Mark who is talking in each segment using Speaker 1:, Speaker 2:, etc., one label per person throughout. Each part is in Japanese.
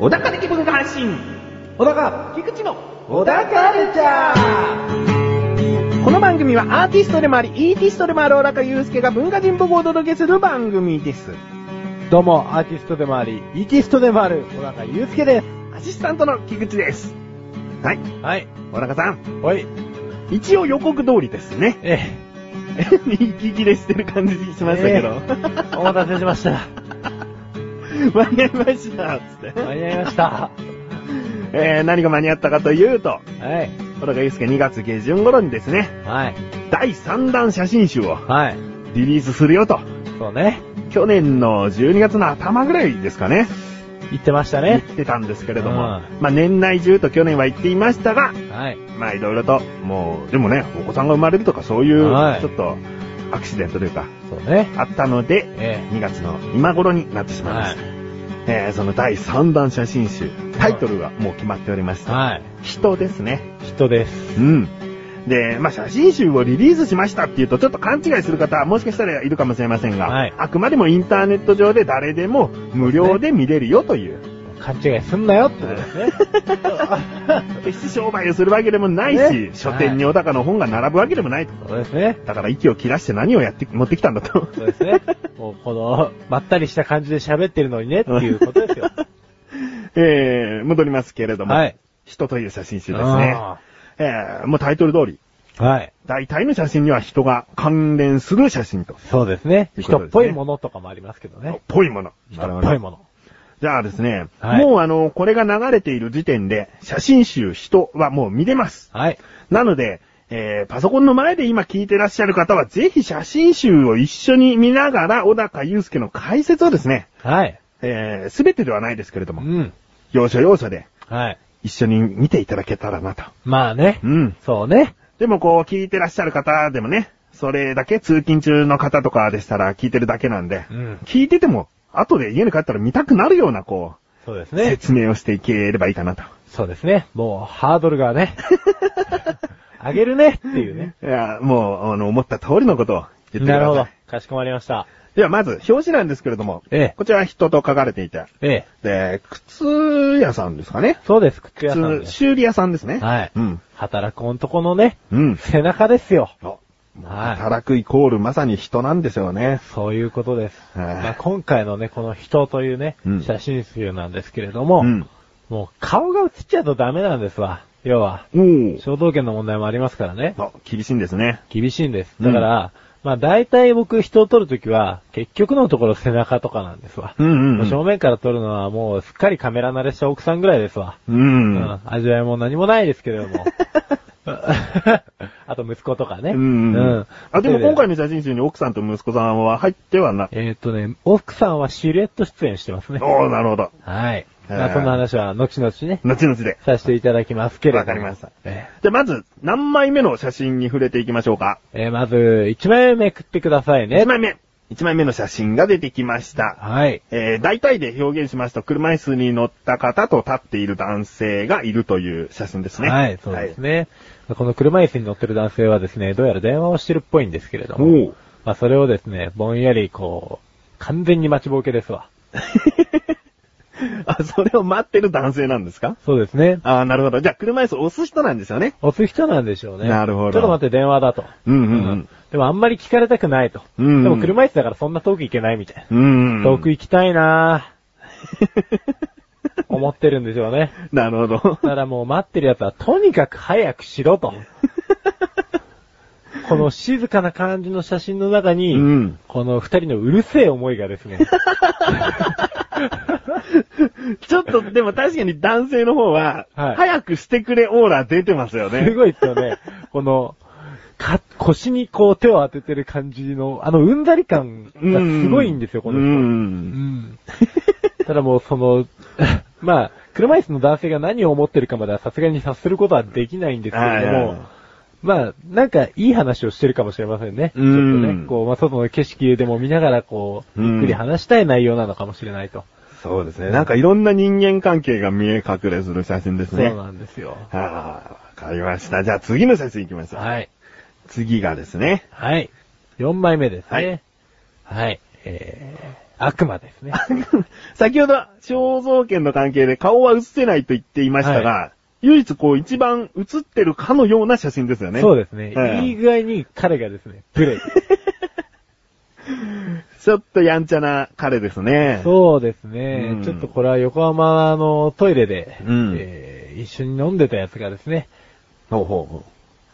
Speaker 1: 小高的文化発信
Speaker 2: 小高
Speaker 1: 菊池の
Speaker 2: 小高カルチャー
Speaker 1: この番組はアーティストでもあり、イーティストでもある小高祐介が文化人僕をお届けする番組です。
Speaker 2: どうも、アーティストでもあり、イキストでもある、小高祐介で
Speaker 1: アシスタントの菊池です。はい。
Speaker 2: す。はい。
Speaker 1: 小高さん、
Speaker 2: おい。。
Speaker 1: 一応予告通りですね
Speaker 2: え
Speaker 1: 息切れしてる感じしましたけど。
Speaker 2: え。お待たせしました。
Speaker 1: 間に合いました、つって。
Speaker 2: 間に合いました。
Speaker 1: えー、何が間に合ったかというと、
Speaker 2: はい。
Speaker 1: 小高祐介2月下旬頃にですね、
Speaker 2: はい。
Speaker 1: 第3弾写真集を
Speaker 2: はい。
Speaker 1: リリースするよと、
Speaker 2: そうね。
Speaker 1: 去年の12月の頭ぐらいですかね、
Speaker 2: 言ってました
Speaker 1: 言っ
Speaker 2: ね。
Speaker 1: てたんですけれども、
Speaker 2: う
Speaker 1: まあ年内中と去年は言っていましたが、
Speaker 2: はい。
Speaker 1: まあいろいろと、もう、でもね、お子さんが生まれるとかそういう
Speaker 2: は、い
Speaker 1: ちょっと、アクシデントというか、
Speaker 2: そうね。
Speaker 1: あったので、
Speaker 2: え
Speaker 1: 2月の今頃になってし
Speaker 2: え。
Speaker 1: まいま
Speaker 2: は
Speaker 1: し
Speaker 2: い
Speaker 1: た。。えーその第3弾写真集、タイトルがもう決まっておりました。
Speaker 2: はい。
Speaker 1: 人ですね。
Speaker 2: 人です。
Speaker 1: うん。で、まあ、写真集をリリースしましたっていうと、ちょっと勘違いする方はもしかしたらいるかもしれませんが、
Speaker 2: はい
Speaker 1: あくまでもインターネット上で誰でも無料で見れるよという、
Speaker 2: 勘違いすんなよってことです ね。
Speaker 1: 決して商売をするわけでもないし、
Speaker 2: ね
Speaker 1: 書店に小高の本が並ぶわけでもないと。
Speaker 2: そうですね。
Speaker 1: だから息を切らして何をやって、持ってきたんだと。
Speaker 2: そうですね。 もうこの、まったりした感じで喋ってるのにねっていうことですよ。
Speaker 1: えー、戻りますけれど も、
Speaker 2: はい。
Speaker 1: 人という写真集ですね。
Speaker 2: あ
Speaker 1: えー、もうタイトル通り、
Speaker 2: ーはい。
Speaker 1: 大体の写真には人が関連する写真と。
Speaker 2: そうですね。
Speaker 1: ということ
Speaker 2: 人
Speaker 1: ですね
Speaker 2: っぽいものとかもありますけどね。
Speaker 1: ぽいもの。
Speaker 2: 人っぽいもの。
Speaker 1: じゃあですね、
Speaker 2: はい
Speaker 1: もうあの、これが流れている時点で、写真集人はもう見れます。
Speaker 2: はい。
Speaker 1: なので、えー、パソコンの前で今聞いてらっしゃる方は、ぜひ写真集を一緒に見ながら、小高祐介の解説をですね、
Speaker 2: はい。
Speaker 1: えー、すべてではないですけれど
Speaker 2: う
Speaker 1: も、
Speaker 2: ん。
Speaker 1: 要所要所で
Speaker 2: はい。
Speaker 1: 一緒に見ていただけたらなと。
Speaker 2: まあね
Speaker 1: う。ん。
Speaker 2: そうね。
Speaker 1: でもこう、聞いてらっしゃる方でもね、それだけ通勤中の方とかでしたら聞いてるだけなんで、
Speaker 2: うん。
Speaker 1: 聞いてても、後で家に帰ったら見たくなるような、こう、
Speaker 2: そうですね。
Speaker 1: 説明をしていければいいかなと。
Speaker 2: そうですね。もう、ハードルが ね。上げるねっていうね。
Speaker 1: いや、もう、あの、思った通りのことを言ってくださ
Speaker 2: な
Speaker 1: い。
Speaker 2: るほど。かしこまりました。
Speaker 1: では、まず、表紙なんですけれども、
Speaker 2: ええ
Speaker 1: こちらは人と書かれていて、
Speaker 2: ええ。
Speaker 1: で、靴屋さんですかね。
Speaker 2: そうです、靴屋さん
Speaker 1: 靴、
Speaker 2: です。
Speaker 1: 修理屋さんですね。
Speaker 2: はい。
Speaker 1: うん。
Speaker 2: 働く男のね、
Speaker 1: うん。
Speaker 2: 背中ですよ。
Speaker 1: あ
Speaker 2: は
Speaker 1: 働くイコールまさに人なんですよね
Speaker 2: い。。そういうことです。
Speaker 1: はい
Speaker 2: まあ、今回のね、この人というね
Speaker 1: うん、
Speaker 2: 写真集なんですけれども、
Speaker 1: うん。
Speaker 2: もう顔が映っちゃうとダメなんですわ。要は、
Speaker 1: おー
Speaker 2: 衝動権の問題もありますからね。
Speaker 1: あ、厳しいんですね。
Speaker 2: 厳しいんです。だから、まあ大体僕人を撮るときは、結局のところ背中とかなんですわ。
Speaker 1: うんうん、う。
Speaker 2: もうん正面から撮るのはもうすっかりカメラ慣れした奥さんぐらいですわ。
Speaker 1: うん。
Speaker 2: うん味わいも何もないですけれど も。 あと息子とかね。
Speaker 1: うん。
Speaker 2: うん
Speaker 1: あ、でも今回の写真集に奥さんと息子さんは入ってはな。
Speaker 2: えーっとね、奥さんはシルエット出演してますね。
Speaker 1: おー、なるほど。
Speaker 2: はい。
Speaker 1: へー
Speaker 2: まあそんな話は後々ね、
Speaker 1: 後々で。
Speaker 2: させていただきますけれども。
Speaker 1: わかりました
Speaker 2: え
Speaker 1: じゃあまず、何枚目の写真に触れていきましょうか。
Speaker 2: ーえーまず、1枚目めくってくださいね
Speaker 1: 1。枚目。1枚目の写真が出てきました。
Speaker 2: はい。
Speaker 1: えー、大体で表現しますと、車椅子に乗った方と立っている男性がいるという写真ですね。
Speaker 2: はい、そうです。ね。この車椅子に乗ってる男性はですね、どうやら電話をしてるっぽいんですけれど
Speaker 1: はい、お
Speaker 2: も、
Speaker 1: ー
Speaker 2: まあそれをですね、ぼんやりこう、完全に待ちぼうけですわ。
Speaker 1: あ、それを待ってる男性なんですか
Speaker 2: そうですね。
Speaker 1: あー、なるほど。じゃあ、車椅子を押す人なんですよね。
Speaker 2: 押す人なんでしょうね。
Speaker 1: なるほど
Speaker 2: ちょっと待って、電話だと。
Speaker 1: うんうんうん。
Speaker 2: でもあんまり聞かれたくないと。
Speaker 1: うんうん
Speaker 2: でも車椅子だからそんな遠く行けないみたい
Speaker 1: うん、
Speaker 2: な。遠く行きたい なぁ。思ってるんでしょうね。
Speaker 1: なるほど。
Speaker 2: だからもう待ってる奴はとにかく早くしろと。この静かな感じの写真の中に、
Speaker 1: うん
Speaker 2: この二人のうるせえ思いがですね。
Speaker 1: ちょっと、でも確かに男性の方は、
Speaker 2: はい
Speaker 1: 早くしてくれオーラ出てますよ
Speaker 2: す
Speaker 1: ね。
Speaker 2: ごいですよね。この、か、腰にこう手を当ててる感じの、あのうんざり感がすごいんですよ、この人。
Speaker 1: うん。
Speaker 2: ただもうその、 まあ、車椅子の男性が何を思ってるかまではさすがに察することはできないんですけれど
Speaker 1: はい
Speaker 2: も、まあ、なんかいい話をしてるかもしれませんね。
Speaker 1: うん
Speaker 2: ちょっとね、こう、まあ、外の景色でも見ながら、こう、
Speaker 1: うん
Speaker 2: ゆっくり話したい内容なのかもしれないと。
Speaker 1: そうですね。なんかいろんな人間関係が見え隠れする写真です
Speaker 2: そう
Speaker 1: ね。
Speaker 2: なんですよ。
Speaker 1: ああ、わかりました。じゃあ次の写真いきましょう。
Speaker 2: はい。
Speaker 1: 次がですね。
Speaker 2: はい。4枚目ですね。はい。えー、悪魔ですね。
Speaker 1: 先ほど、肖像権の関係で顔は映せないと言っていましたが、唯一こう一番映ってるかのような写真ですよね。
Speaker 2: そうですね。
Speaker 1: はい
Speaker 2: いい具合に彼がですね、ブレイク。
Speaker 1: ちょっとやんちゃな彼ですね。
Speaker 2: そうですね、
Speaker 1: うん
Speaker 2: ちょっとこれは横浜のトイレで、
Speaker 1: うん
Speaker 2: えー一緒に飲んでたやつがですね、
Speaker 1: ほうほうほ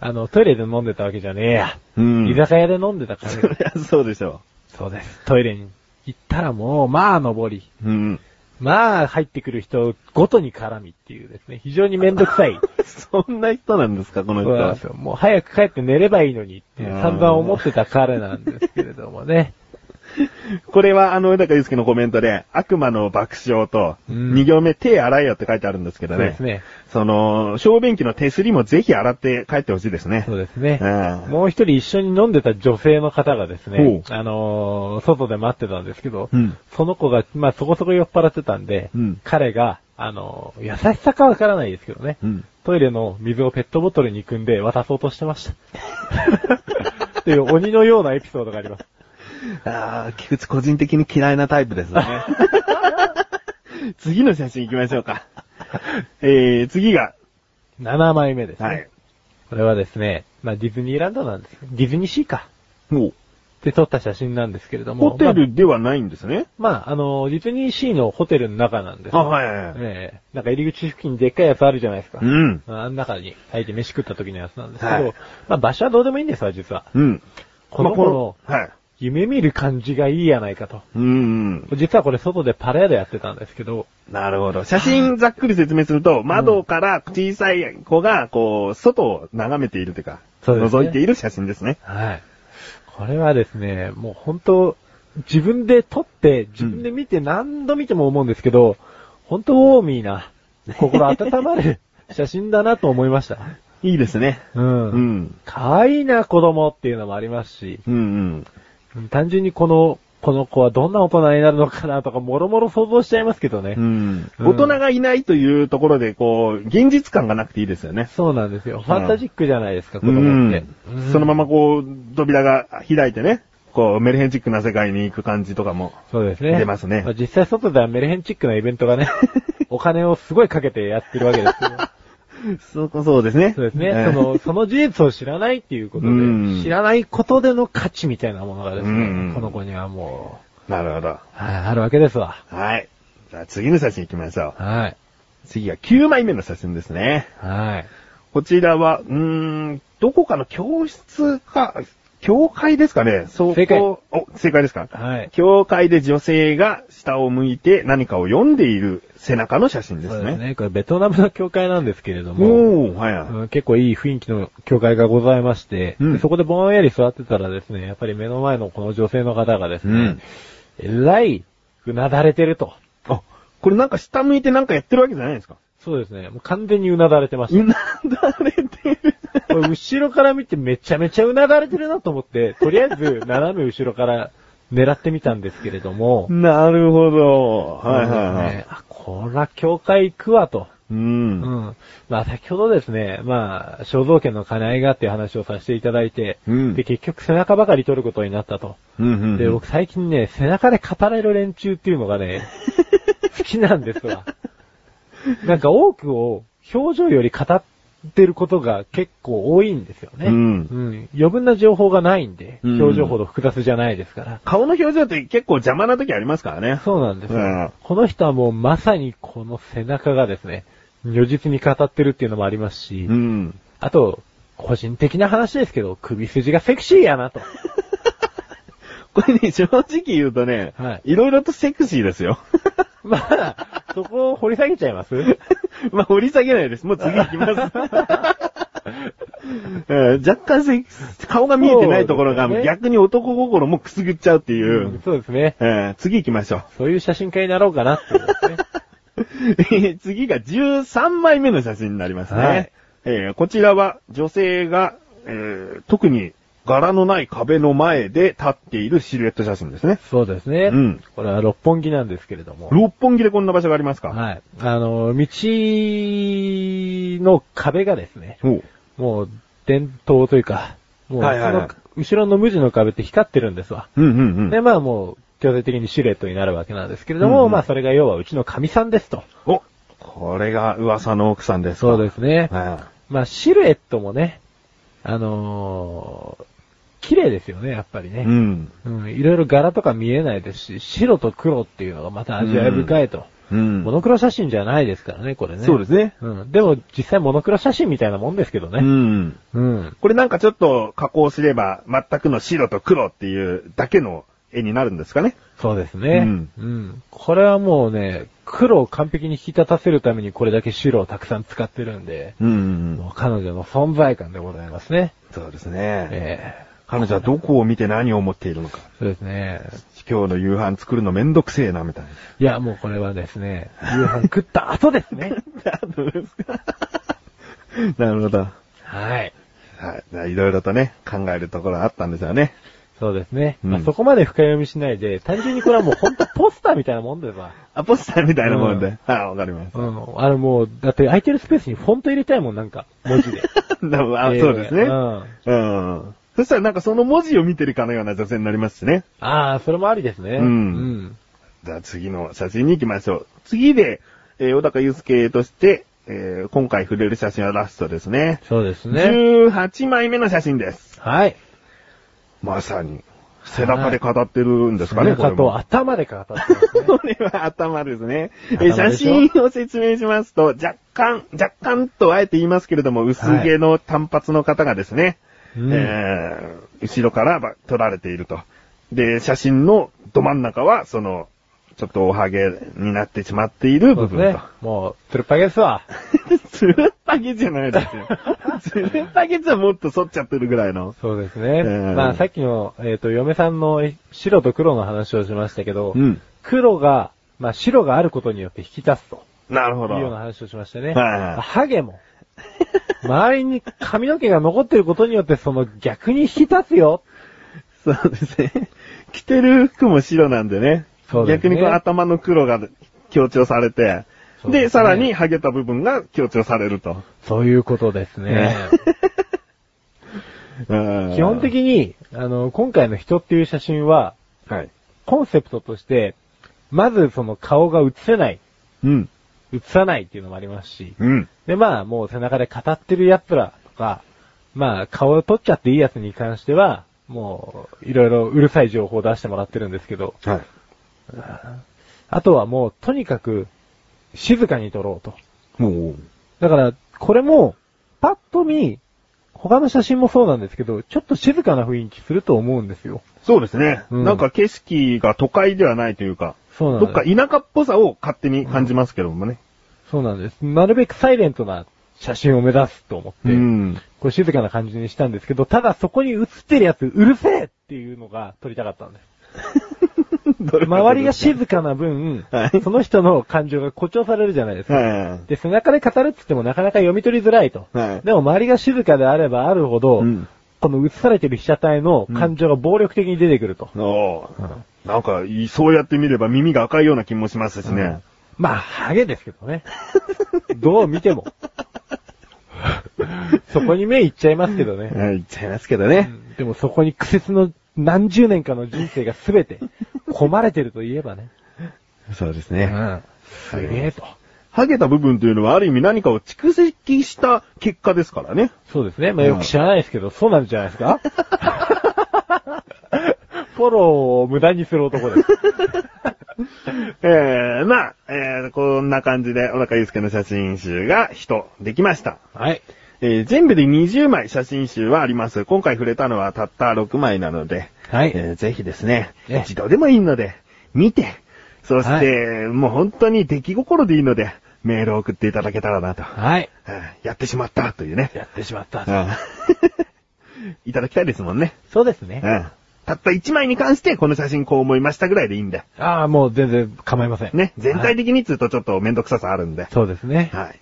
Speaker 2: あの、トイレで飲んでたわけじゃねえや。
Speaker 1: う。うん。
Speaker 2: 居酒屋で飲んでたから、
Speaker 1: そ りゃそうでしょ
Speaker 2: そうです。トイレに行ったらもう、まあ登り、
Speaker 1: う。うん。
Speaker 2: まあ入ってくる人ごとに絡みっていうですね、非常にめんどくさい。
Speaker 1: そんな人なんですか、この人
Speaker 2: そうなん
Speaker 1: は
Speaker 2: です。よ。もう早く帰って寝ればいいのにって
Speaker 1: うん
Speaker 2: 散々思ってた彼なんですけれどもね。
Speaker 1: これは、あの、枝高祐介のコメントで、悪魔の爆笑と、
Speaker 2: うん
Speaker 1: 2行目、手洗えよって書いてあるんです け
Speaker 2: そ
Speaker 1: ど
Speaker 2: う
Speaker 1: ね。
Speaker 2: です。ね。
Speaker 1: その、小便器の手すりもぜひ洗って帰ってほしいですね。
Speaker 2: そうです
Speaker 1: う
Speaker 2: ね。
Speaker 1: ん
Speaker 2: もう一人一緒に飲んでた女性の方がですね、
Speaker 1: ほ
Speaker 2: あのー外で待ってたんですけど、
Speaker 1: うん
Speaker 2: その子が、まあそこそこ酔っ払ってたんで、
Speaker 1: うん
Speaker 2: 彼が、あのー優しさかわからないですけどね、
Speaker 1: うん。
Speaker 2: トイレの水をペットボトルに汲んで渡そうとしてました。っていう鬼のようなエピソードがあります。
Speaker 1: ああ、菊池個人的に嫌いなタイプですね。 次の写真行きましょうか。 えー、次が、
Speaker 2: 7枚目ですね。
Speaker 1: はい。
Speaker 2: これはですね、まあディズニーランドなんですけどディズニーシーか。
Speaker 1: もう、
Speaker 2: で撮った写真なんですけれども。
Speaker 1: ホテルではないんですね。
Speaker 2: まあ、まあ、あの、ディズニーシーのホテルの中なんですよ
Speaker 1: あはいはいはい
Speaker 2: ええなんか入り口付近にでっかいやつあるじゃないですか。
Speaker 1: うん。
Speaker 2: あの中に入って飯食った時のやつなんですけど、
Speaker 1: はい
Speaker 2: まあ場所はどうでもいいんですわ、実は。
Speaker 1: うん。
Speaker 2: この子の
Speaker 1: まあはい。
Speaker 2: 夢見る感じがいいやないかと。
Speaker 1: うんうん。
Speaker 2: 実はこれ外でパレードやってたんですけど、
Speaker 1: なるほど。写真ざっくり説明すると、窓から小さい子が、こう、外を眺めているというか、
Speaker 2: そうですね
Speaker 1: 覗いている写真ですね。
Speaker 2: はい。これはですね、もう本当、自分で撮って、自分で見て何度見ても思うんですけど、本当ウォーミーな、心温まる写真だなと思いました。
Speaker 1: いいですね。
Speaker 2: うん。
Speaker 1: うん。
Speaker 2: 可愛いな子供っていうのもありますし、
Speaker 1: うんうん。
Speaker 2: 単純にこの、この子はどんな大人になるのかなとか、もろもろ想像しちゃいますけどね。
Speaker 1: うん。
Speaker 2: うん
Speaker 1: 大人がいないというところで、こう、現実感がなくていいですよね。
Speaker 2: そうなんですよ。ファンタジックじゃないですか、子
Speaker 1: う
Speaker 2: 供って
Speaker 1: ん。。そのままこう、扉が開いてね、こう、メルヘンチックな世界に行く感じとかも。
Speaker 2: そうですね。
Speaker 1: 出ますね
Speaker 2: あ実際外ではメルヘンチックなイベント がね、お金をすごいかけてやってるわけですよ。
Speaker 1: そう、そうですね。
Speaker 2: そうですね。
Speaker 1: え
Speaker 2: そ、
Speaker 1: え
Speaker 2: の、その事実を知らないっていうことで
Speaker 1: うん、
Speaker 2: 知らないことでの価値みたいなものがです
Speaker 1: う
Speaker 2: ね
Speaker 1: ん、
Speaker 2: この子にはも
Speaker 1: なるほど
Speaker 2: う、。はい、あるわけですわ。
Speaker 1: はい。じゃあ次の写真行きましょう。
Speaker 2: はい。
Speaker 1: 次が9枚目の写真ですね。
Speaker 2: はい。
Speaker 1: こちらは、うーん、どこかの教室か、教会ですかねそう
Speaker 2: 正解
Speaker 1: お、正解ですか
Speaker 2: はい。
Speaker 1: 教会で女性が下を向いて何かを読んでいる背中の写真です
Speaker 2: そう
Speaker 1: ね。
Speaker 2: ですね。これベトナムの教会なんですけれども、
Speaker 1: おー、はいは
Speaker 2: うん結構いい雰囲気の教会がございまして、
Speaker 1: うん
Speaker 2: そこでぼんやり座ってたらですね、やっぱり目の前のこの女性の方がです
Speaker 1: い。う
Speaker 2: ね
Speaker 1: ん、。
Speaker 2: えらい、うなだれてると。
Speaker 1: あ、これなんか下向いてなんかやってるわけじゃないですか
Speaker 2: そうですね。もう完全にうなだれてまし
Speaker 1: うなだれてる。
Speaker 2: た。これ後ろから見てめちゃめちゃうなだれてるなと思って、とりあえず斜め後ろから狙ってみたんですけれども、
Speaker 1: なるほど。はいはい
Speaker 2: そう
Speaker 1: は
Speaker 2: ですね
Speaker 1: い。
Speaker 2: あ、こら教会行くわと。
Speaker 1: う。
Speaker 2: うんん。まあ先ほどですね、まあ、肖像権の兼ね合いがっていう話をさせていただいて、
Speaker 1: うん
Speaker 2: で、結局背中ばかり取ることになったと。
Speaker 1: うんうん
Speaker 2: で、僕最近ね、背中で語れる連中っていうのが ね、好きなんですわ。なんか多くを表情より語ってることが結構多いんですよね。
Speaker 1: うん
Speaker 2: ん余分な情報がないんで、
Speaker 1: うん
Speaker 2: 表情ほど複雑じゃないですから。
Speaker 1: 顔の表情って結構邪魔な時ありますからね。
Speaker 2: そうなんですよ、
Speaker 1: うん
Speaker 2: この人はもうまさにこの背中がですね、如実に語ってるっていうのもありますし、
Speaker 1: うん。
Speaker 2: あと、個人的な話ですけど、首筋がセクシーやな と。
Speaker 1: これね、正直言うとね、、
Speaker 2: はい
Speaker 1: ろいろとセクシーですよ。
Speaker 2: まあ、そこを掘り下げちゃいます
Speaker 1: まあ、掘り下げないです。もう次行き ます。うん若干セクシー顔が見えてないところが、
Speaker 2: そうですね、
Speaker 1: 逆に男心もくすぐっちゃうっていううん
Speaker 2: そうですね。
Speaker 1: うん次行きましょう。
Speaker 2: そういう写真家になろうかなって思うね。
Speaker 1: えー次が13枚目の写真になりますね。
Speaker 2: はい
Speaker 1: えーこちらは女性が、えー特に柄のない壁の前で立っているシルエット写真ですね。
Speaker 2: そうですね。
Speaker 1: うん
Speaker 2: これは六本木なんですけれども。
Speaker 1: 六本木でこんな場所がありますか
Speaker 2: はい。あの、道の壁がですね、
Speaker 1: おう
Speaker 2: もう伝統というか、もうそ
Speaker 1: はいはいはい
Speaker 2: の後ろの無地の壁って光ってるんですわ。
Speaker 1: うんうんうん。
Speaker 2: で、まあもう、強制的にシルエットになるわけなんですけれども、
Speaker 1: うんうん
Speaker 2: まあそれが要はうちの神さんですと。
Speaker 1: おこれが噂の奥さんです。
Speaker 2: そうですすね。
Speaker 1: は
Speaker 2: まあシルエットもね、あのー綺麗ですよね、やっぱり
Speaker 1: い。
Speaker 2: ね
Speaker 1: う。ん。
Speaker 2: うん、いろいろ柄とか見えないですし、白と黒っていうのがまた味わい深いと。
Speaker 1: うん。
Speaker 2: モノクロ写真じゃないですからね、これね。
Speaker 1: そうですね。
Speaker 2: うん。でも、実際モノクロ写真みたいなもんですけど
Speaker 1: う
Speaker 2: ね。
Speaker 1: ん。
Speaker 2: うん。
Speaker 1: これなんかちょっと加工すれば、全くの白と黒っていうだけの絵になるんですかね。
Speaker 2: そうですね。
Speaker 1: うん
Speaker 2: うん。これはもうね、黒を完璧に引き立たせるためにこれだけ白をたくさん使ってるんで、
Speaker 1: うん、
Speaker 2: もう彼女の存在感でございますね。
Speaker 1: そうですね。
Speaker 2: え
Speaker 1: 彼女はどこを見て何を思っているのか。
Speaker 2: えそうですね。
Speaker 1: 今日の夕飯作るのめんどくせえな、みたいな。
Speaker 2: いや、もうこれはですね、夕飯食った後ですね。
Speaker 1: なるほど。
Speaker 2: はい。
Speaker 1: はい。いろいろとね、考えるところあったんですよね。
Speaker 2: そうですね。
Speaker 1: うん
Speaker 2: まあ、そこまで深読みしないで、単純にこれはもうほんとポスターみたいなもんでさ。
Speaker 1: あ、ポスターみたいなもん
Speaker 2: う
Speaker 1: で。はい、わかりま す。
Speaker 2: うん。あれもう、だって空いてるスペースにフォント入れたいもん、なんか、文 字で。
Speaker 1: でもあ
Speaker 2: えー
Speaker 1: そうですね。
Speaker 2: うん。
Speaker 1: うん。そしたらなんかその文字を見てるかのような女性になりますしね。
Speaker 2: ああ、それもありですね。
Speaker 1: うん
Speaker 2: うん。
Speaker 1: じゃあ次の写真に行きましょう。次で、えー小高祐介として、えー今回触れる写真はラストですね。
Speaker 2: そうですね。
Speaker 1: 18枚目の写真です。
Speaker 2: はい。
Speaker 1: まさに、背中で語ってるんですかね、
Speaker 2: 背
Speaker 1: これ
Speaker 2: 中と
Speaker 1: も。
Speaker 2: 頭で語って ますね。
Speaker 1: これは頭ですね。えー
Speaker 2: 頭
Speaker 1: 写
Speaker 2: でしょ
Speaker 1: 真を説明しますと、若干、若干とあえて言いますけれども、薄毛の短髪の方がですね、
Speaker 2: うん
Speaker 1: えー後ろからば撮られていると。で、写真のど真ん中は、その、ちょっとおはげになってしまっている
Speaker 2: そう
Speaker 1: 部
Speaker 2: ですね
Speaker 1: 分。
Speaker 2: もう、つるっぱげですわ。
Speaker 1: と。 つるっぱげじゃないです よ。つるっぱげじゃもっと反っちゃってるぐらいの。
Speaker 2: そうですね。
Speaker 1: うん
Speaker 2: まあ、さっきの、えっ、と、嫁さんの白と黒の話をしましたけど、
Speaker 1: うん。
Speaker 2: 黒が、まあ、白があることによって引き立つと。
Speaker 1: なる
Speaker 2: い
Speaker 1: ほ
Speaker 2: うような
Speaker 1: ど。
Speaker 2: 話をしましたね。
Speaker 1: はいはい
Speaker 2: ハゲも。周りに髪の毛が残ってることによって、その逆に引き立つよ。
Speaker 1: そうですね。着てる服も白なんでね。
Speaker 2: そうですね
Speaker 1: 逆にこう頭の黒が強調されて、
Speaker 2: そうですね
Speaker 1: で、さらにハゲた部分が強調されると。
Speaker 2: そういうことですね。
Speaker 1: 基
Speaker 2: 基本的に、あの、今回の人っていう写真は、
Speaker 1: はい。
Speaker 2: コンセプトとして、まずその顔が映せない、
Speaker 1: うん。
Speaker 2: 映さないっていうのもありますし、
Speaker 1: うん。
Speaker 2: で、まあ、もう背中で語ってるやつらとか、まあ、顔を撮っちゃっていいやつに関しては、もう、いろいろうるさい情報を出してもらってるんですけど、
Speaker 1: はい。
Speaker 2: あとはもう、とにかく、静かに撮ろうと。
Speaker 1: もう、
Speaker 2: だから、これも、パッと見、他の写真もそうなんですけど、ちょっと静かな雰囲気すると思うんですよ。
Speaker 1: そうですね、
Speaker 2: うん
Speaker 1: なんか景色が都会ではないというか、
Speaker 2: そうなん
Speaker 1: ど
Speaker 2: で
Speaker 1: っ
Speaker 2: す。
Speaker 1: か田舎っぽさを勝手に感じますけどもね。
Speaker 2: そうなんです。なるべくサイレントな写真を目指すと思って、
Speaker 1: うん。
Speaker 2: こう静かな感じにしたんですけど、ただそこに写ってるやつうるせえっていうのが撮りたかったんです。 周りが静かな分、
Speaker 1: はい
Speaker 2: その人の感情が誇張されるじゃないですか。
Speaker 1: は
Speaker 2: で、背中で語るって言ってもなかなか読み取りづらいと。
Speaker 1: い。はい。
Speaker 2: でも周りが静かであればあるほど、
Speaker 1: うん
Speaker 2: この映されてる被写体の感情が暴力的に出てくると。
Speaker 1: おーなんか、いそうやって見れば耳が赤いような気もしますしね。
Speaker 2: まあ、ハゲですけど ね。どう見ても。そこに目いっちゃいますけどね。
Speaker 1: はい、言っちゃいますけど
Speaker 2: う
Speaker 1: ね。
Speaker 2: んでもそこに苦節の何十年かの人生が全て、込まれてると言えばね。
Speaker 1: そうです
Speaker 2: う
Speaker 1: ね。
Speaker 2: ん。すげえと。
Speaker 1: ハゲた部分というのはある意味何かを蓄積した結果ですからね。
Speaker 2: そうですね。まあよく知らないですけど、そうなんじゃないです かフォローを無駄にする男です。
Speaker 1: えー、まあ、えー、こんな感じで小高祐介の写真集が人できました。
Speaker 2: はい。
Speaker 1: えー全部で20枚写真集はあります。今回触れたのはたった6枚なので、
Speaker 2: はい
Speaker 1: えーぜひですね、
Speaker 2: ね
Speaker 1: 一度でもいいので、見て、そして、もう本当に出来心でいいので、メールを送っていただけたらなと。
Speaker 2: はい。
Speaker 1: はいやってしまったというね。
Speaker 2: やってしまった。
Speaker 1: うん いただきたいですもんね。
Speaker 2: そうです
Speaker 1: う
Speaker 2: ね
Speaker 1: ん。たった1枚に関してこの写真こう思いましたぐらいでいいんで。
Speaker 2: ああ、もう全然構いません。
Speaker 1: ね、全体
Speaker 2: で。
Speaker 1: 的にっつうとちょっとめんどくささあるんで。
Speaker 2: そうですね。
Speaker 1: はい。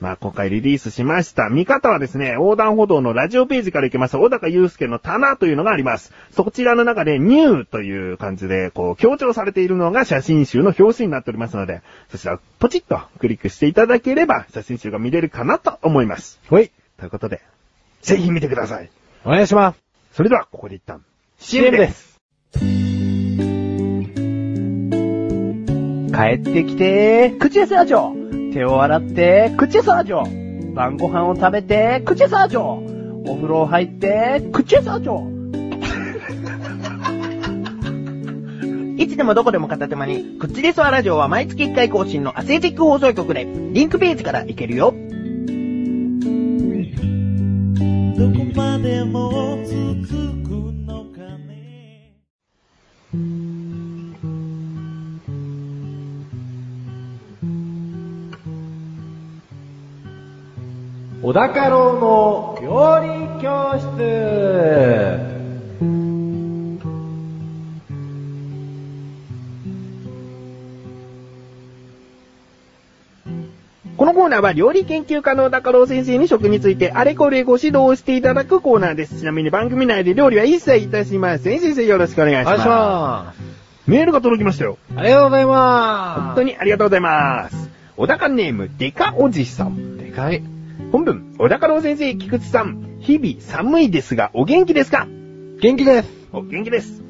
Speaker 1: まあ今回リリースしました。見方はですね、横断歩道のラジオページから行けます、小高祐介の棚というのがあります。そちらの中でニューという感じで、こう、強調されているのが写真集の表紙になっておりますので、そちらをポチッとクリックしていただければ、写真集が見れるかなと思います。
Speaker 2: ほい。
Speaker 1: ということで、ぜひ見てください。
Speaker 2: お願いします。
Speaker 1: それでは、ここで一旦、。
Speaker 2: CM ですす。帰ってきて、口エサージョ。手を洗って、口エサージョ。晩ご飯を食べて、口エサージョ。お風呂入って、口エサージ ョ。
Speaker 3: いつでもどこでも片手間に、くっちりそわラジオは毎月1回更新のアスレチック放送局で、リンクページから行けるよ。
Speaker 4: どこまでも続くのかね
Speaker 2: 小高郎の料理教室。
Speaker 1: このコーナーは料理研究家の小高郎先生に食についてあれこれご指導していただくコーナーです。ちなみに番組内で料理は一切いたしません。先生よろしくお願いします。
Speaker 2: ます。
Speaker 1: メールが届きましたよ。
Speaker 2: ありがとうございます。
Speaker 1: 本当にありがとうございます。小高ネーム、デカおじさん。
Speaker 2: に。でかい。
Speaker 1: 本文、小高郎先生、菊池さん。日々寒いですが、お元気ですか
Speaker 2: 元気です。
Speaker 1: お元気です。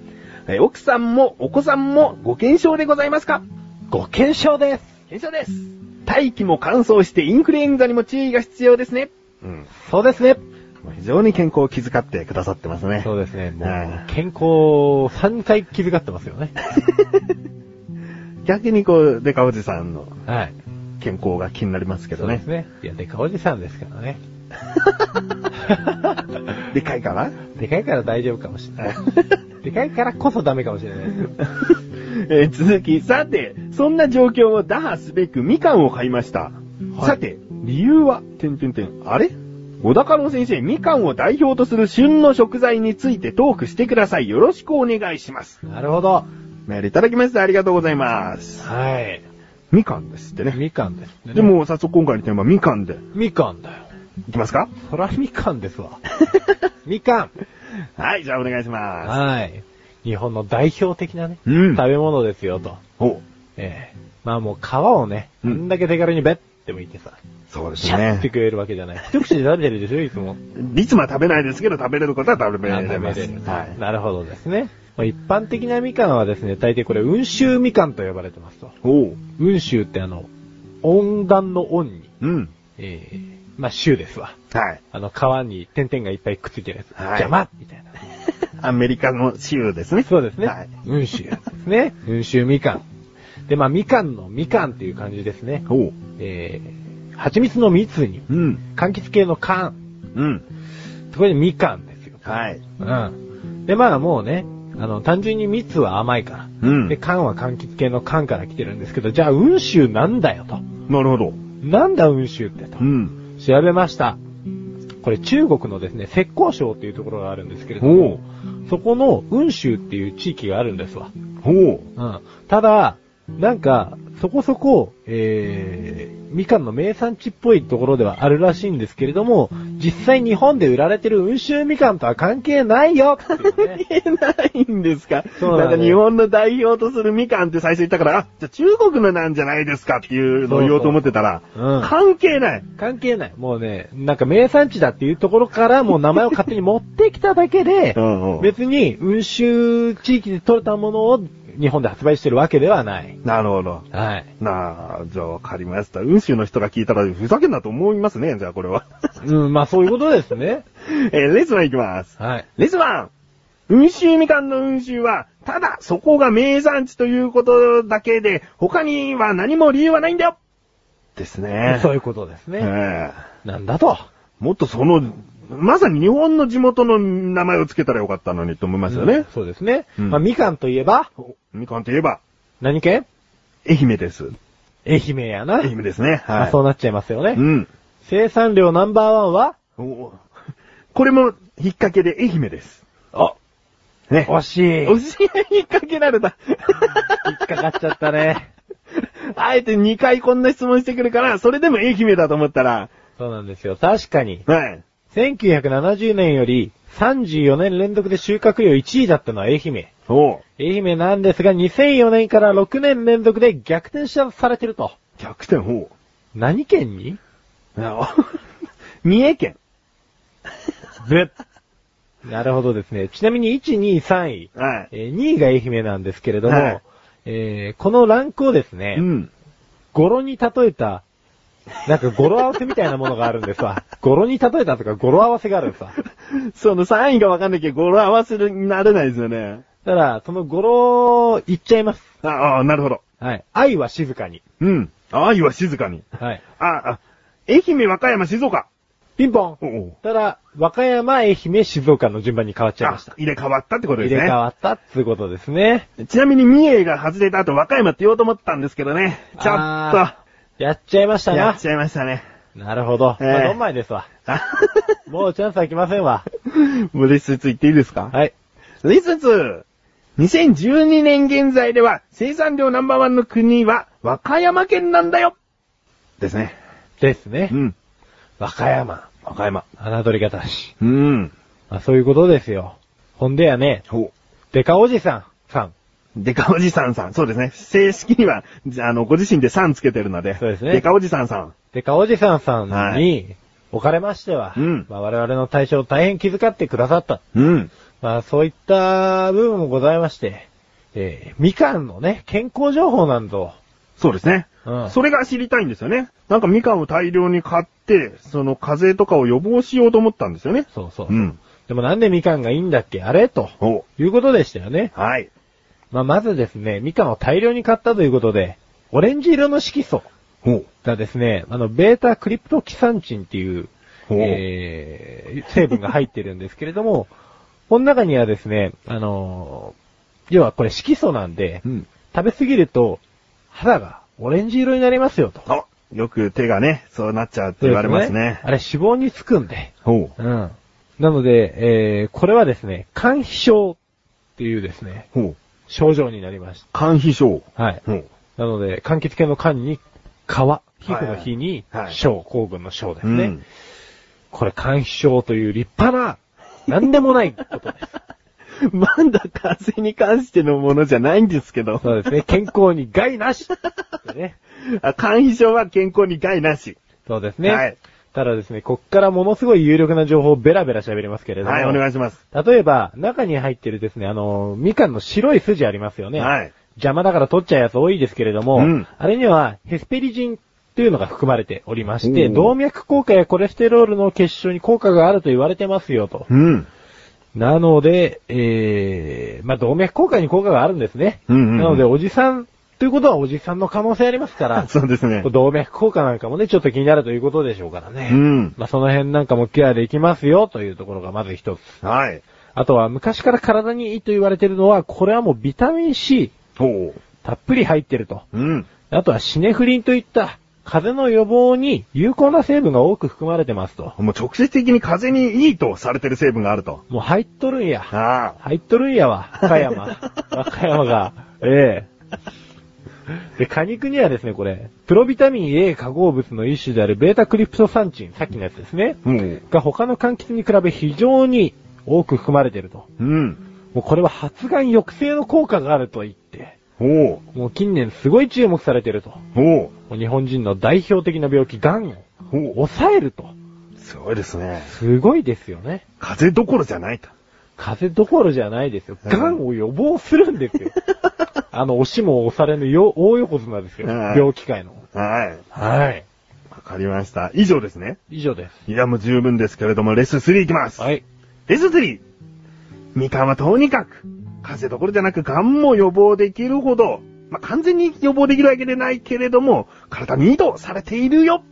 Speaker 1: え奥さんもお子さんもご健勝でございますか
Speaker 2: ご健勝です。
Speaker 1: 健勝です。大気も乾燥してインフルエンザにも注意が必要ですね。うん。
Speaker 2: そうですね。
Speaker 1: 非常に健康を気遣ってくださってますね。
Speaker 2: そうですね。も
Speaker 1: は
Speaker 2: う
Speaker 1: い、
Speaker 2: 健康3回気遣ってますよね。
Speaker 1: 逆にこう、デカおじさんの
Speaker 2: はい。
Speaker 1: 健康が気になりますけ
Speaker 2: そ
Speaker 1: ど
Speaker 2: うで
Speaker 1: ね
Speaker 2: す。ね。いや、でかおじさんですからね。
Speaker 1: でかいかな
Speaker 2: でかいから大丈夫かもしれない。 でかいからこそダメかもしれないです。
Speaker 1: えー続き、さて、そんな状況を打破すべくみかんを買いました。さて、理由は、てんてんてん、あれ小高郎先生、みかんを代表とする旬の食材についてトークしてください。よろしくお願いします。
Speaker 2: なるほど。
Speaker 1: メールいただきましてありがとうございます。
Speaker 2: はい。
Speaker 1: みかんですってね。
Speaker 2: みかんです、ね。
Speaker 1: で、も、早速今回のテーマ、みかんで。
Speaker 2: みかんだよ。
Speaker 1: いきますか
Speaker 2: そらみかんです わ。みかん。
Speaker 1: はい、じゃあお願いしま
Speaker 2: はい。日本の代表的なね、
Speaker 1: うん
Speaker 2: 食べ物ですよと。
Speaker 1: す。お、
Speaker 2: ええまあもう皮をね、
Speaker 1: う
Speaker 2: こ
Speaker 1: ん
Speaker 2: んだけ手軽にべってもいってさ、
Speaker 1: そうです
Speaker 2: シャッて
Speaker 1: ね。
Speaker 2: 食えるわけじゃない。一口で食べてるでしょ、いつも。
Speaker 1: いつもは食べないですけど、食べれることは食べ
Speaker 2: あ
Speaker 1: られ
Speaker 2: 食
Speaker 1: ま
Speaker 2: べ
Speaker 1: す。
Speaker 2: れる
Speaker 1: はい。
Speaker 2: なるほどですね。まあ一般的なみかんはですね、大抵これ、温州みかんと呼ばれてますと。
Speaker 1: おう。
Speaker 2: 温州ってあの、温暖の温に、
Speaker 1: うん。
Speaker 2: ええまあ州ですわ。
Speaker 1: はい。
Speaker 2: あの、川に点々がいっぱいくっついてるやつ。
Speaker 1: はい
Speaker 2: 邪魔みたいな。
Speaker 1: アメリカの州ですね。
Speaker 2: そうですね。
Speaker 1: はい。
Speaker 2: 温州ですね。温州みかん。で、まあ、みかんのみかんっていう感じですね。
Speaker 1: おう。
Speaker 2: えー、蜂蜜の蜜に、
Speaker 1: うん。
Speaker 2: 柑橘系の柑、
Speaker 1: うん。
Speaker 2: そこにみかんですよ。
Speaker 1: はい。
Speaker 2: うん。で、まあ、もうね、あの、単純に蜜は甘いから。
Speaker 1: うん
Speaker 2: で、柑は柑橘系の柑から来てるんですけど、じゃあ、温州なんだよと。
Speaker 1: なるほど。
Speaker 2: なんだ温州ってと
Speaker 1: う。ん。
Speaker 2: 調べました。これ中国のですね、浙江省っていうところがあるんですけれど
Speaker 1: おう
Speaker 2: も、そこの温州っていう地域があるんですわ。
Speaker 1: おう。
Speaker 2: うん。ただ、なんか、そこそこ、えー、みかんの名産地っぽいところではあるらしいんですけれども、実際日本で売られてる温州みかんとは関係ないよっていう ね
Speaker 1: え、ないんですか
Speaker 2: そうな
Speaker 1: な
Speaker 2: んん
Speaker 1: か
Speaker 2: だ
Speaker 1: 日本の代表とするみかんって最初言ったから、あ、じゃあ中国のなんじゃないですかっていうのを言おうと思ってたら、
Speaker 2: そうそううん
Speaker 1: 関係ない。
Speaker 2: 関係ない。もうね、なんか名産地だっていうところからもう名前を勝手に持ってきただけで、
Speaker 1: ん
Speaker 2: 別に、温州地域で取れたものを日本で発売してるわけではない。
Speaker 1: なるほど。
Speaker 2: はい。
Speaker 1: なあ、じゃあわかりました。運州の人が聞いたらふざけんなと思いますね、じゃあこれは。
Speaker 2: うん、まあそういうことですね。
Speaker 1: えーレッスンいきます。
Speaker 2: はい。
Speaker 1: レッスン運州みかんの運州は、ただそこが名産地ということだけで、他には何も理由はないんだよですね。
Speaker 2: そういうことです
Speaker 1: え
Speaker 2: ね。
Speaker 1: え
Speaker 2: なんだと。
Speaker 1: もっとその、まさに日本の地元の名前をつけたらよかったのにと思いますよね。
Speaker 2: そうですね。
Speaker 1: うん
Speaker 2: まあみかんといえば、
Speaker 1: みかんといえば、
Speaker 2: 何県
Speaker 1: 愛媛です。
Speaker 2: 愛媛やな。
Speaker 1: 愛媛ですね。
Speaker 2: ま
Speaker 1: は
Speaker 2: あ
Speaker 1: い。
Speaker 2: そうなっちゃいますよね
Speaker 1: う。ん。
Speaker 2: 生産量ナンバーワンは
Speaker 1: おこれも、引っ掛けで愛媛です。
Speaker 2: あ、
Speaker 1: ね。
Speaker 2: 惜しい。
Speaker 1: おしい引っ掛けられた。
Speaker 2: 引っかかっちゃったね。
Speaker 1: あえて2回こんな質問してくるから、それでも愛媛だと思ったら、
Speaker 2: そうなんですよ。確かに。
Speaker 1: はい。
Speaker 2: 1970年より34年連続で収穫量1位だったのは愛媛。
Speaker 1: そう。
Speaker 2: 愛媛なんですが、2004年から6年連続で逆転しされてると。
Speaker 1: 逆転、ほ
Speaker 2: 何県に
Speaker 1: う。あお 三重県。
Speaker 2: ぶなるほどですね。ちなみに1、2、3位。
Speaker 1: はい。
Speaker 2: えー2位が愛媛なんですけれども、
Speaker 1: はい
Speaker 2: えーこのランクをですね、
Speaker 1: うん。
Speaker 2: 語呂に例えた、なんか語呂合わせみたいなものがあるんです わ。語呂に例えたとか語呂合わせがあるんですわ。
Speaker 1: その3位がわかんなきゃ語呂合わせになれないですよね。
Speaker 2: ただ、その語呂、言っちゃいます。
Speaker 1: ああ、なるほど。
Speaker 2: はい。愛は静かに。
Speaker 1: うん。愛は静かに。
Speaker 2: はい。
Speaker 1: あ、あ、愛媛、和歌山、静岡。
Speaker 2: ピンポン
Speaker 1: おお。
Speaker 2: ただ、和歌山、愛媛、静岡の順番に変わっちゃいました。
Speaker 1: あ入れ替わったってこと
Speaker 2: 入
Speaker 1: です
Speaker 2: れ
Speaker 1: ね
Speaker 2: 替。わったってことですね。
Speaker 1: ちなみに三重が外れた後、和歌山って言おうと思ったんですけどね。ちょっ
Speaker 2: あやっちゃいまし
Speaker 1: と、
Speaker 2: た
Speaker 1: や
Speaker 2: な
Speaker 1: っ。ちゃいましたね。
Speaker 2: なるほど。
Speaker 1: ええ
Speaker 2: まあ、4枚ですわ。
Speaker 1: あ
Speaker 2: もうチャンスは来ませんわ。
Speaker 1: もうレッスン2いっていいですか
Speaker 2: はい。
Speaker 1: レッスン 2! 2012年現在では生産量ナンバーワンの国は和歌山県なんだよですね。
Speaker 2: ですね
Speaker 1: う。ん。
Speaker 2: 和歌山。
Speaker 1: 和歌山。
Speaker 2: 侮り方し。
Speaker 1: うん。
Speaker 2: まあ、そういうことですよ。ほんでやね、
Speaker 1: ほう。
Speaker 2: デカおじさん、さん。
Speaker 1: デカおじさんさん。そうですね。正式には、じあの、ご自身でさんつけてるので。
Speaker 2: そうですね
Speaker 1: デカおじさんさん。
Speaker 2: デカおじさんさんに、
Speaker 1: はい
Speaker 2: おかれましては、
Speaker 1: うん
Speaker 2: まあ、我々の対象を大変気遣ってくださった。
Speaker 1: うん。
Speaker 2: まあ、そういった部分もございまして、えー、みかんのね、健康情報なんぞ、
Speaker 1: そうですね。
Speaker 2: うん
Speaker 1: それが知りたいんですよね。なんかみかんを大量に買って、その風邪とかを予防しようと思ったんですよね。
Speaker 2: そうそう。
Speaker 1: うん。
Speaker 2: でもなんでみかんがいいんだっけあれと。
Speaker 1: ほ
Speaker 2: いうことでしたよね。
Speaker 1: う。はい。
Speaker 2: まあ、まずですね、みかんを大量に買ったということで、オレンジ色の色素
Speaker 1: ほう。
Speaker 2: がですね、あの、ベータクリプトキサンチンっていう、
Speaker 1: ほう。
Speaker 2: えー、成分が入ってるんですけれども、 この中にはですね、あのー要はこれ色素なんで、
Speaker 1: うん。
Speaker 2: 食べ過ぎると、肌がオレンジ色になりますよと。
Speaker 1: あ、よく手がね、そうなっちゃうって言われますね。
Speaker 2: あれ脂肪につくんで。
Speaker 1: ほう。
Speaker 2: うん。なので、えー、これはですね、肝皮症っていうですね、
Speaker 1: ほう。
Speaker 2: 症状になりまし
Speaker 1: 肝皮症。
Speaker 2: た。はい。
Speaker 1: ほう。
Speaker 2: なので、柑橘系の缶に、皮、皮膚の皮に
Speaker 1: はいはい、
Speaker 2: 小、抗群の小です
Speaker 1: う
Speaker 2: ね。
Speaker 1: ん。
Speaker 2: これ、肝皮症という立派な、なんでもないことです。
Speaker 1: まだ風邪に関してのものじゃないんですけど。
Speaker 2: そうですね。健康に害なしってね。
Speaker 1: あ肝皮症は健康に害なし。
Speaker 2: そうですね。
Speaker 1: はい
Speaker 2: ただですね、こっからものすごい有力な情報をベラベラ喋りますけれども。
Speaker 1: はい、お願いします。
Speaker 2: 例えば、中に入ってるですね、あの、みかんの白い筋ありますよね。
Speaker 1: はい。
Speaker 2: 邪魔だから取っちゃうやつ多いですけれども、
Speaker 1: うん
Speaker 2: あれにはヘスペリジンというのが含まれておりまし
Speaker 1: お
Speaker 2: て、
Speaker 1: ー
Speaker 2: 動脈硬化やコレステロールの結晶に効果があると言われてますよと。
Speaker 1: うん。
Speaker 2: なので、えー、まあ、動脈硬化に効果があるんですね。
Speaker 1: うんうんうん
Speaker 2: なので、おじさん、ということはおじさんの可能性ありますから、
Speaker 1: そうですね。
Speaker 2: 動脈硬化なんかもね、ちょっと気になるということでしょうからね。
Speaker 1: うん
Speaker 2: まあ、その辺なんかもケアできますよというところがまず一つ。
Speaker 1: はい。
Speaker 2: あとは、昔から体にいいと言われてるのは、これはもうビタミン C、
Speaker 1: ほ
Speaker 2: たっぷり入ってると。
Speaker 1: う。うん。
Speaker 2: あとはシネフリンといった、風邪の予防に有効な成分が多く含まれてますと。
Speaker 1: もう直接的に風邪にいいとされてる成分があると。
Speaker 2: もう入っとるんや。
Speaker 1: ああ。
Speaker 2: 入っとるんやわ、和歌 山。和歌山が。ええ。で、果肉にはですね、これ、プロビタミン A 化合物の一種であるベータクリプトサンチン、さっきのやつですね。
Speaker 1: うん。
Speaker 2: が他の柑橘に比べ非常に多く含まれてると。
Speaker 1: うん。
Speaker 2: もうこれは発がん抑制の効果があると言って、
Speaker 1: ほ
Speaker 2: もう近年すごい注目されてると。
Speaker 1: う。ほ
Speaker 2: もう日本人の代表的な病気、癌を
Speaker 1: う。ほ
Speaker 2: 抑えると。
Speaker 1: う。すごいですね。
Speaker 2: すごいですよね。
Speaker 1: 風邪どころじゃないと。
Speaker 2: 風邪どころじゃないですよ。
Speaker 1: うん
Speaker 2: 癌を予防するんです よ。あの、押しも押されぬよ大横綱ですよ。
Speaker 1: うん
Speaker 2: 病気界の。
Speaker 1: はい。
Speaker 2: はい。
Speaker 1: わかりました。以上ですね。
Speaker 2: 以上です。
Speaker 1: いや、もう十分ですけれども、レッスン3いきます。
Speaker 2: はい。
Speaker 1: レッスン 3! みかんはとにかく、風邪どころじゃなく、がんも予防できるほど、まあ、完全に予防できるわけでないけれども、体にいいとされているよ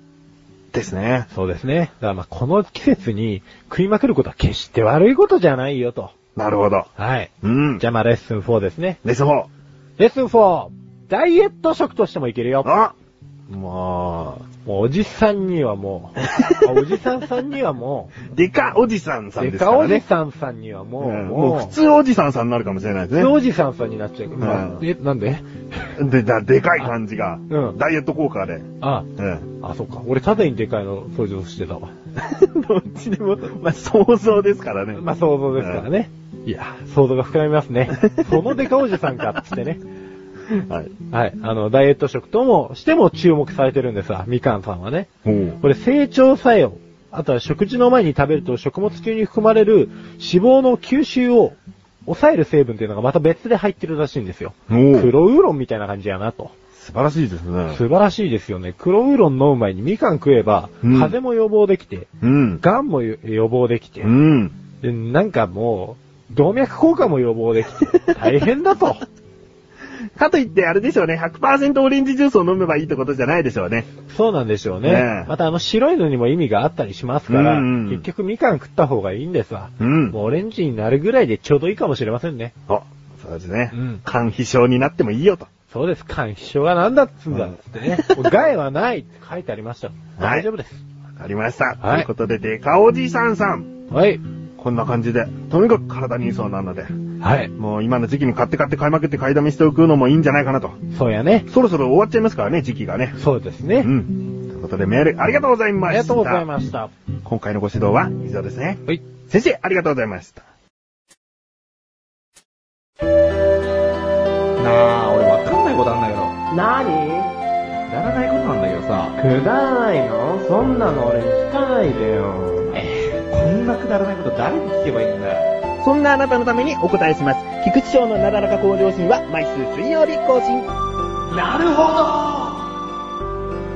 Speaker 1: ですね。
Speaker 2: そうですね。だからまあ、この季節に食いまくることは決して悪いことじゃないよと。
Speaker 1: なるほど。
Speaker 2: はい。
Speaker 1: うん。
Speaker 2: じゃあまあ、レッスン4ですね。
Speaker 1: レッスン 4!
Speaker 2: レッスン 4! ダイエット食としてもいけるよ。
Speaker 1: あま
Speaker 2: もうおじさんにはも う、あおじさんさんにはも
Speaker 1: あ、デカおじさんさ
Speaker 2: う、
Speaker 1: ん
Speaker 2: デ
Speaker 1: ですか
Speaker 2: カお
Speaker 1: ら
Speaker 2: じ
Speaker 1: ね。
Speaker 2: さんさんにはもう、
Speaker 1: うん
Speaker 2: も
Speaker 1: も
Speaker 2: う
Speaker 1: う、普通おじさんさんになるかもしれないで
Speaker 2: 普
Speaker 1: す
Speaker 2: 通お
Speaker 1: ね。
Speaker 2: じさんさんになっちゃうけど、
Speaker 1: うん
Speaker 2: え、なんで
Speaker 1: で、だ、でかい感じが、
Speaker 2: うん
Speaker 1: ダイエット効果で。
Speaker 2: あ、
Speaker 1: うん。
Speaker 2: あ、そっか。俺、ただにでかいの想像してたわ。
Speaker 1: どっちでも、まあ、想像ですからね。
Speaker 2: まあ、想像ですからね。いや、想像が膨らみます ね。そのデカおじさんか、つってね。
Speaker 1: はい。
Speaker 2: はい。あの、ダイエット食とも、しても注目されてるんですわ、みかんさんはね。
Speaker 1: おう
Speaker 2: これ、成長作用。あとは食事の前に食べると食物中に含まれる脂肪の吸収を抑える成分っていうのがまた別で入ってるらしいんですよ。
Speaker 1: おう
Speaker 2: 黒ウーロンみたいな感じやなと。
Speaker 1: 素晴らしいですね。
Speaker 2: 素晴らしいですよね。黒ウーロン飲む前にみかん食えば、
Speaker 1: うん
Speaker 2: 風邪も予防できて、
Speaker 1: うん。
Speaker 2: 癌も予予防できて
Speaker 1: う、ん。
Speaker 2: でなんかもう、動脈硬化も予防できて、大変だ と。
Speaker 1: かといって、あれでしょうね。100%オレンジジュースを飲めばいいってことじゃないでしょうね。
Speaker 2: そうなんでしょうね。
Speaker 1: ねえ
Speaker 2: またあの白いのにも意味があったりしますから、
Speaker 1: うんうん
Speaker 2: 結局みかん食った方がいいんですわ。
Speaker 1: うん
Speaker 2: もうオレンジになるぐらいでちょうどいいかもしれませんね。
Speaker 1: あ、そうですね。
Speaker 2: うん
Speaker 1: 肝皮症になってもいいよと。
Speaker 2: そうです。肝皮症がなんだっつうんだっつってね。害はないって書いてありました。大丈夫です。
Speaker 1: わかりました。
Speaker 2: はい
Speaker 1: ということで、デカおじさんさん。
Speaker 2: はい。
Speaker 1: こんな感じで、とにかく体にいいそうなので、
Speaker 2: はい。
Speaker 1: もう今の時期に買って買って買いまくって買いだめしておくのもいいんじゃないかなと。
Speaker 2: そうやね。
Speaker 1: そろそろ終わっちゃいますからね、時期がね。
Speaker 2: そうです
Speaker 1: う
Speaker 2: ね。
Speaker 1: ん。ということで、メールありがとうございました。
Speaker 2: ありがとうございました。
Speaker 1: 今回のご指導は以上ですね。
Speaker 2: はい。
Speaker 1: 先生、ありがとうございました。
Speaker 5: なあ、俺わかんないことあんだけど。く
Speaker 3: なに
Speaker 5: だらないことなんだけどさ。
Speaker 3: くだらないのそんなの俺聞かないでよ。
Speaker 5: こんなくだらないこと誰に聞けばいいんだよ。
Speaker 3: そんなあなたのためにお答えします。菊池賞のなだらか向上心は毎週水曜日更新。
Speaker 5: なるほど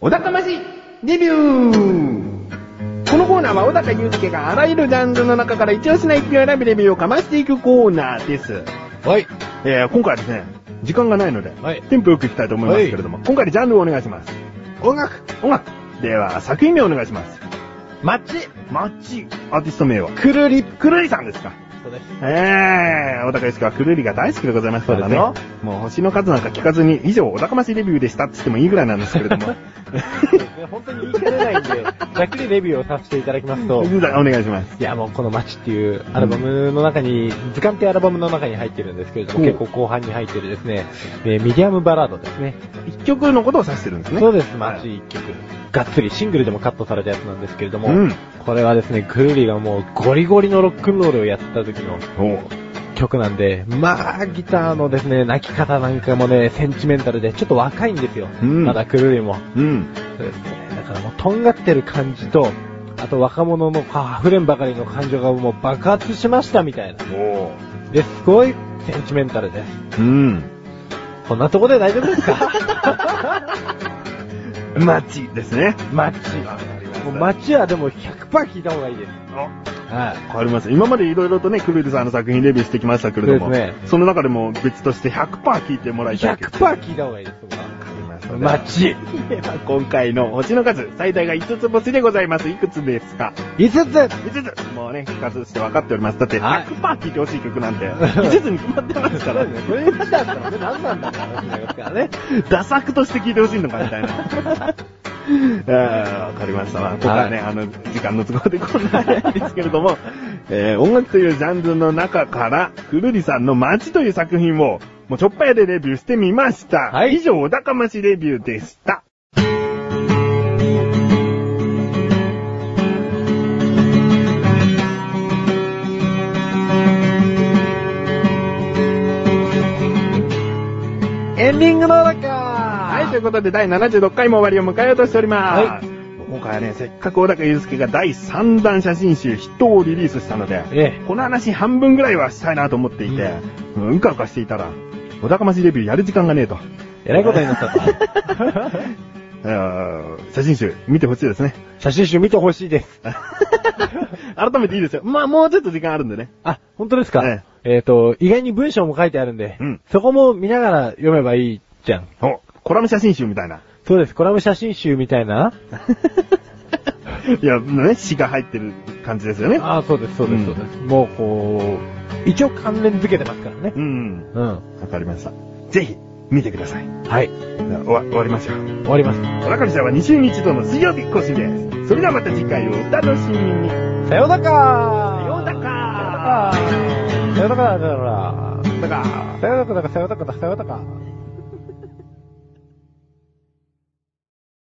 Speaker 3: 小高ましデビューこのコーナーは小高祐介があらゆるジャンルの中から一押しな一票を選びレビューをかましていくコーナーです。
Speaker 2: はい。
Speaker 1: えー、今回はですね、時間がないので、
Speaker 2: はい
Speaker 1: テンポよくいきたいと思いますけれども、今回でジャンルをお願いします。
Speaker 2: 音楽、
Speaker 1: 音楽。では、作品名をお願いします。
Speaker 2: 街、
Speaker 1: マッチ、アーティスト名は、
Speaker 2: くるり。
Speaker 1: くるりさんですか
Speaker 2: そうです。
Speaker 1: えー、小高よしはくるりが大好きでございますからね。
Speaker 2: そうで
Speaker 1: もう星の数なんか聞かずに、以上、小高ましレビューでしたって言ってもいいぐらいなんですけれど も。
Speaker 2: 本当に言い切れないんで、ざっくりレビューをさせていただきますと、
Speaker 1: お願いします。
Speaker 2: いや、もうこの街っていうアルバムの中に、図鑑っていうアルバムの中に入ってるんですけれども、
Speaker 1: うん
Speaker 2: 結構後半に入ってるですね、えーミディアムバラードですね。
Speaker 1: 一曲のことを指してるんですね。
Speaker 2: そうです、
Speaker 1: はい
Speaker 2: 街一曲。がっつりシングルでもカットされたやつなんですけれども、
Speaker 1: うん
Speaker 2: これはですね、グルリがもうゴリゴリのロックンロールをやってた時の
Speaker 1: おう
Speaker 2: 曲なんで、まあ、ギターのですね、泣き方なんかもね、センチメンタルで、ちょっと若いんですよ。
Speaker 1: うん
Speaker 2: まだグルリも。
Speaker 1: うん。
Speaker 2: そうですね。だからもう、とんがってる感じと、あと若者のあ溢れんばかりの感情がもう爆発しましたみたいな。
Speaker 1: おう
Speaker 2: で、すごいセンチメンタルです。
Speaker 1: うん。
Speaker 2: こんなとこで大丈夫ですか
Speaker 1: マッチですね。
Speaker 2: 街。もう街はでも100%聞いた方がいいです。はい。
Speaker 1: 変わります。今までいろいろとね、クルルさんの作品レビューしてきましたけれども、
Speaker 2: そうです
Speaker 1: その中でも別として100%聞いてもらいたい
Speaker 2: 100%
Speaker 1: 曲。
Speaker 2: 聞いた方がいいです、僕は。街。
Speaker 1: 今回の星の数、最大が5つ星でございます。いくつですか
Speaker 2: 5つ
Speaker 1: ?5 つもうね、数して分かっております。だって
Speaker 2: はい
Speaker 1: 100%聞いてほしい 曲なんて、5つに決まってますからね。
Speaker 2: これだったらね、何なんだって話になりますからね。
Speaker 1: ダサ作として聞いてほしいのかみた いな。あーわかりました。まあ、今回ね、あの、時間の都合でこんなんですけれども、えー音楽というジャンルの中から、くるりさんの街という作品を、もうちょっぱやでレビューしてみました。
Speaker 2: はい
Speaker 1: 以上、お高ましレビューでした。
Speaker 2: エンディングの中
Speaker 1: はい、と
Speaker 2: は
Speaker 1: いうことで第76回も終わりを迎えようとしておりま
Speaker 2: は
Speaker 1: す。今回はね、せっかく小高祐介が第3弾写真集、人をリリースしたので、
Speaker 2: い。え
Speaker 1: この話半分ぐらいはしたいなと思っていて、うん、うかうかしていたら、お高ましレビューやる時間がねえと。
Speaker 2: え、偉いことになったと。
Speaker 1: えー写真集見てほしいですね。
Speaker 2: 写真集見てほしいです。
Speaker 1: 改めていいですよ。まあもうちょっと時間あるんでね。
Speaker 2: あ、本当ですか
Speaker 1: え
Speaker 2: えっと、意外に文章も書いてあるんで
Speaker 1: うん、
Speaker 2: そこも見ながら読めばいいじゃん。
Speaker 1: お、コラム写真集みたいな。
Speaker 2: そうです、コラム写真集みたいない
Speaker 1: や、ね、詩が入ってる感じですよね。
Speaker 2: ああ、そうです、そうです、そうです。もうこ一応関連づけてますからね。
Speaker 1: うん。
Speaker 2: うん。
Speaker 1: わかりました。ぜひ、見てください。
Speaker 2: はい。
Speaker 1: じゃあ終わ、終わりましょう。
Speaker 2: 終わります。
Speaker 1: 村上さんは2週に一度の水曜日更新です。それではまた次回をお楽しみに。
Speaker 2: さようなか
Speaker 1: さようなら
Speaker 2: さようならさようならさようならさようならさようならさようなら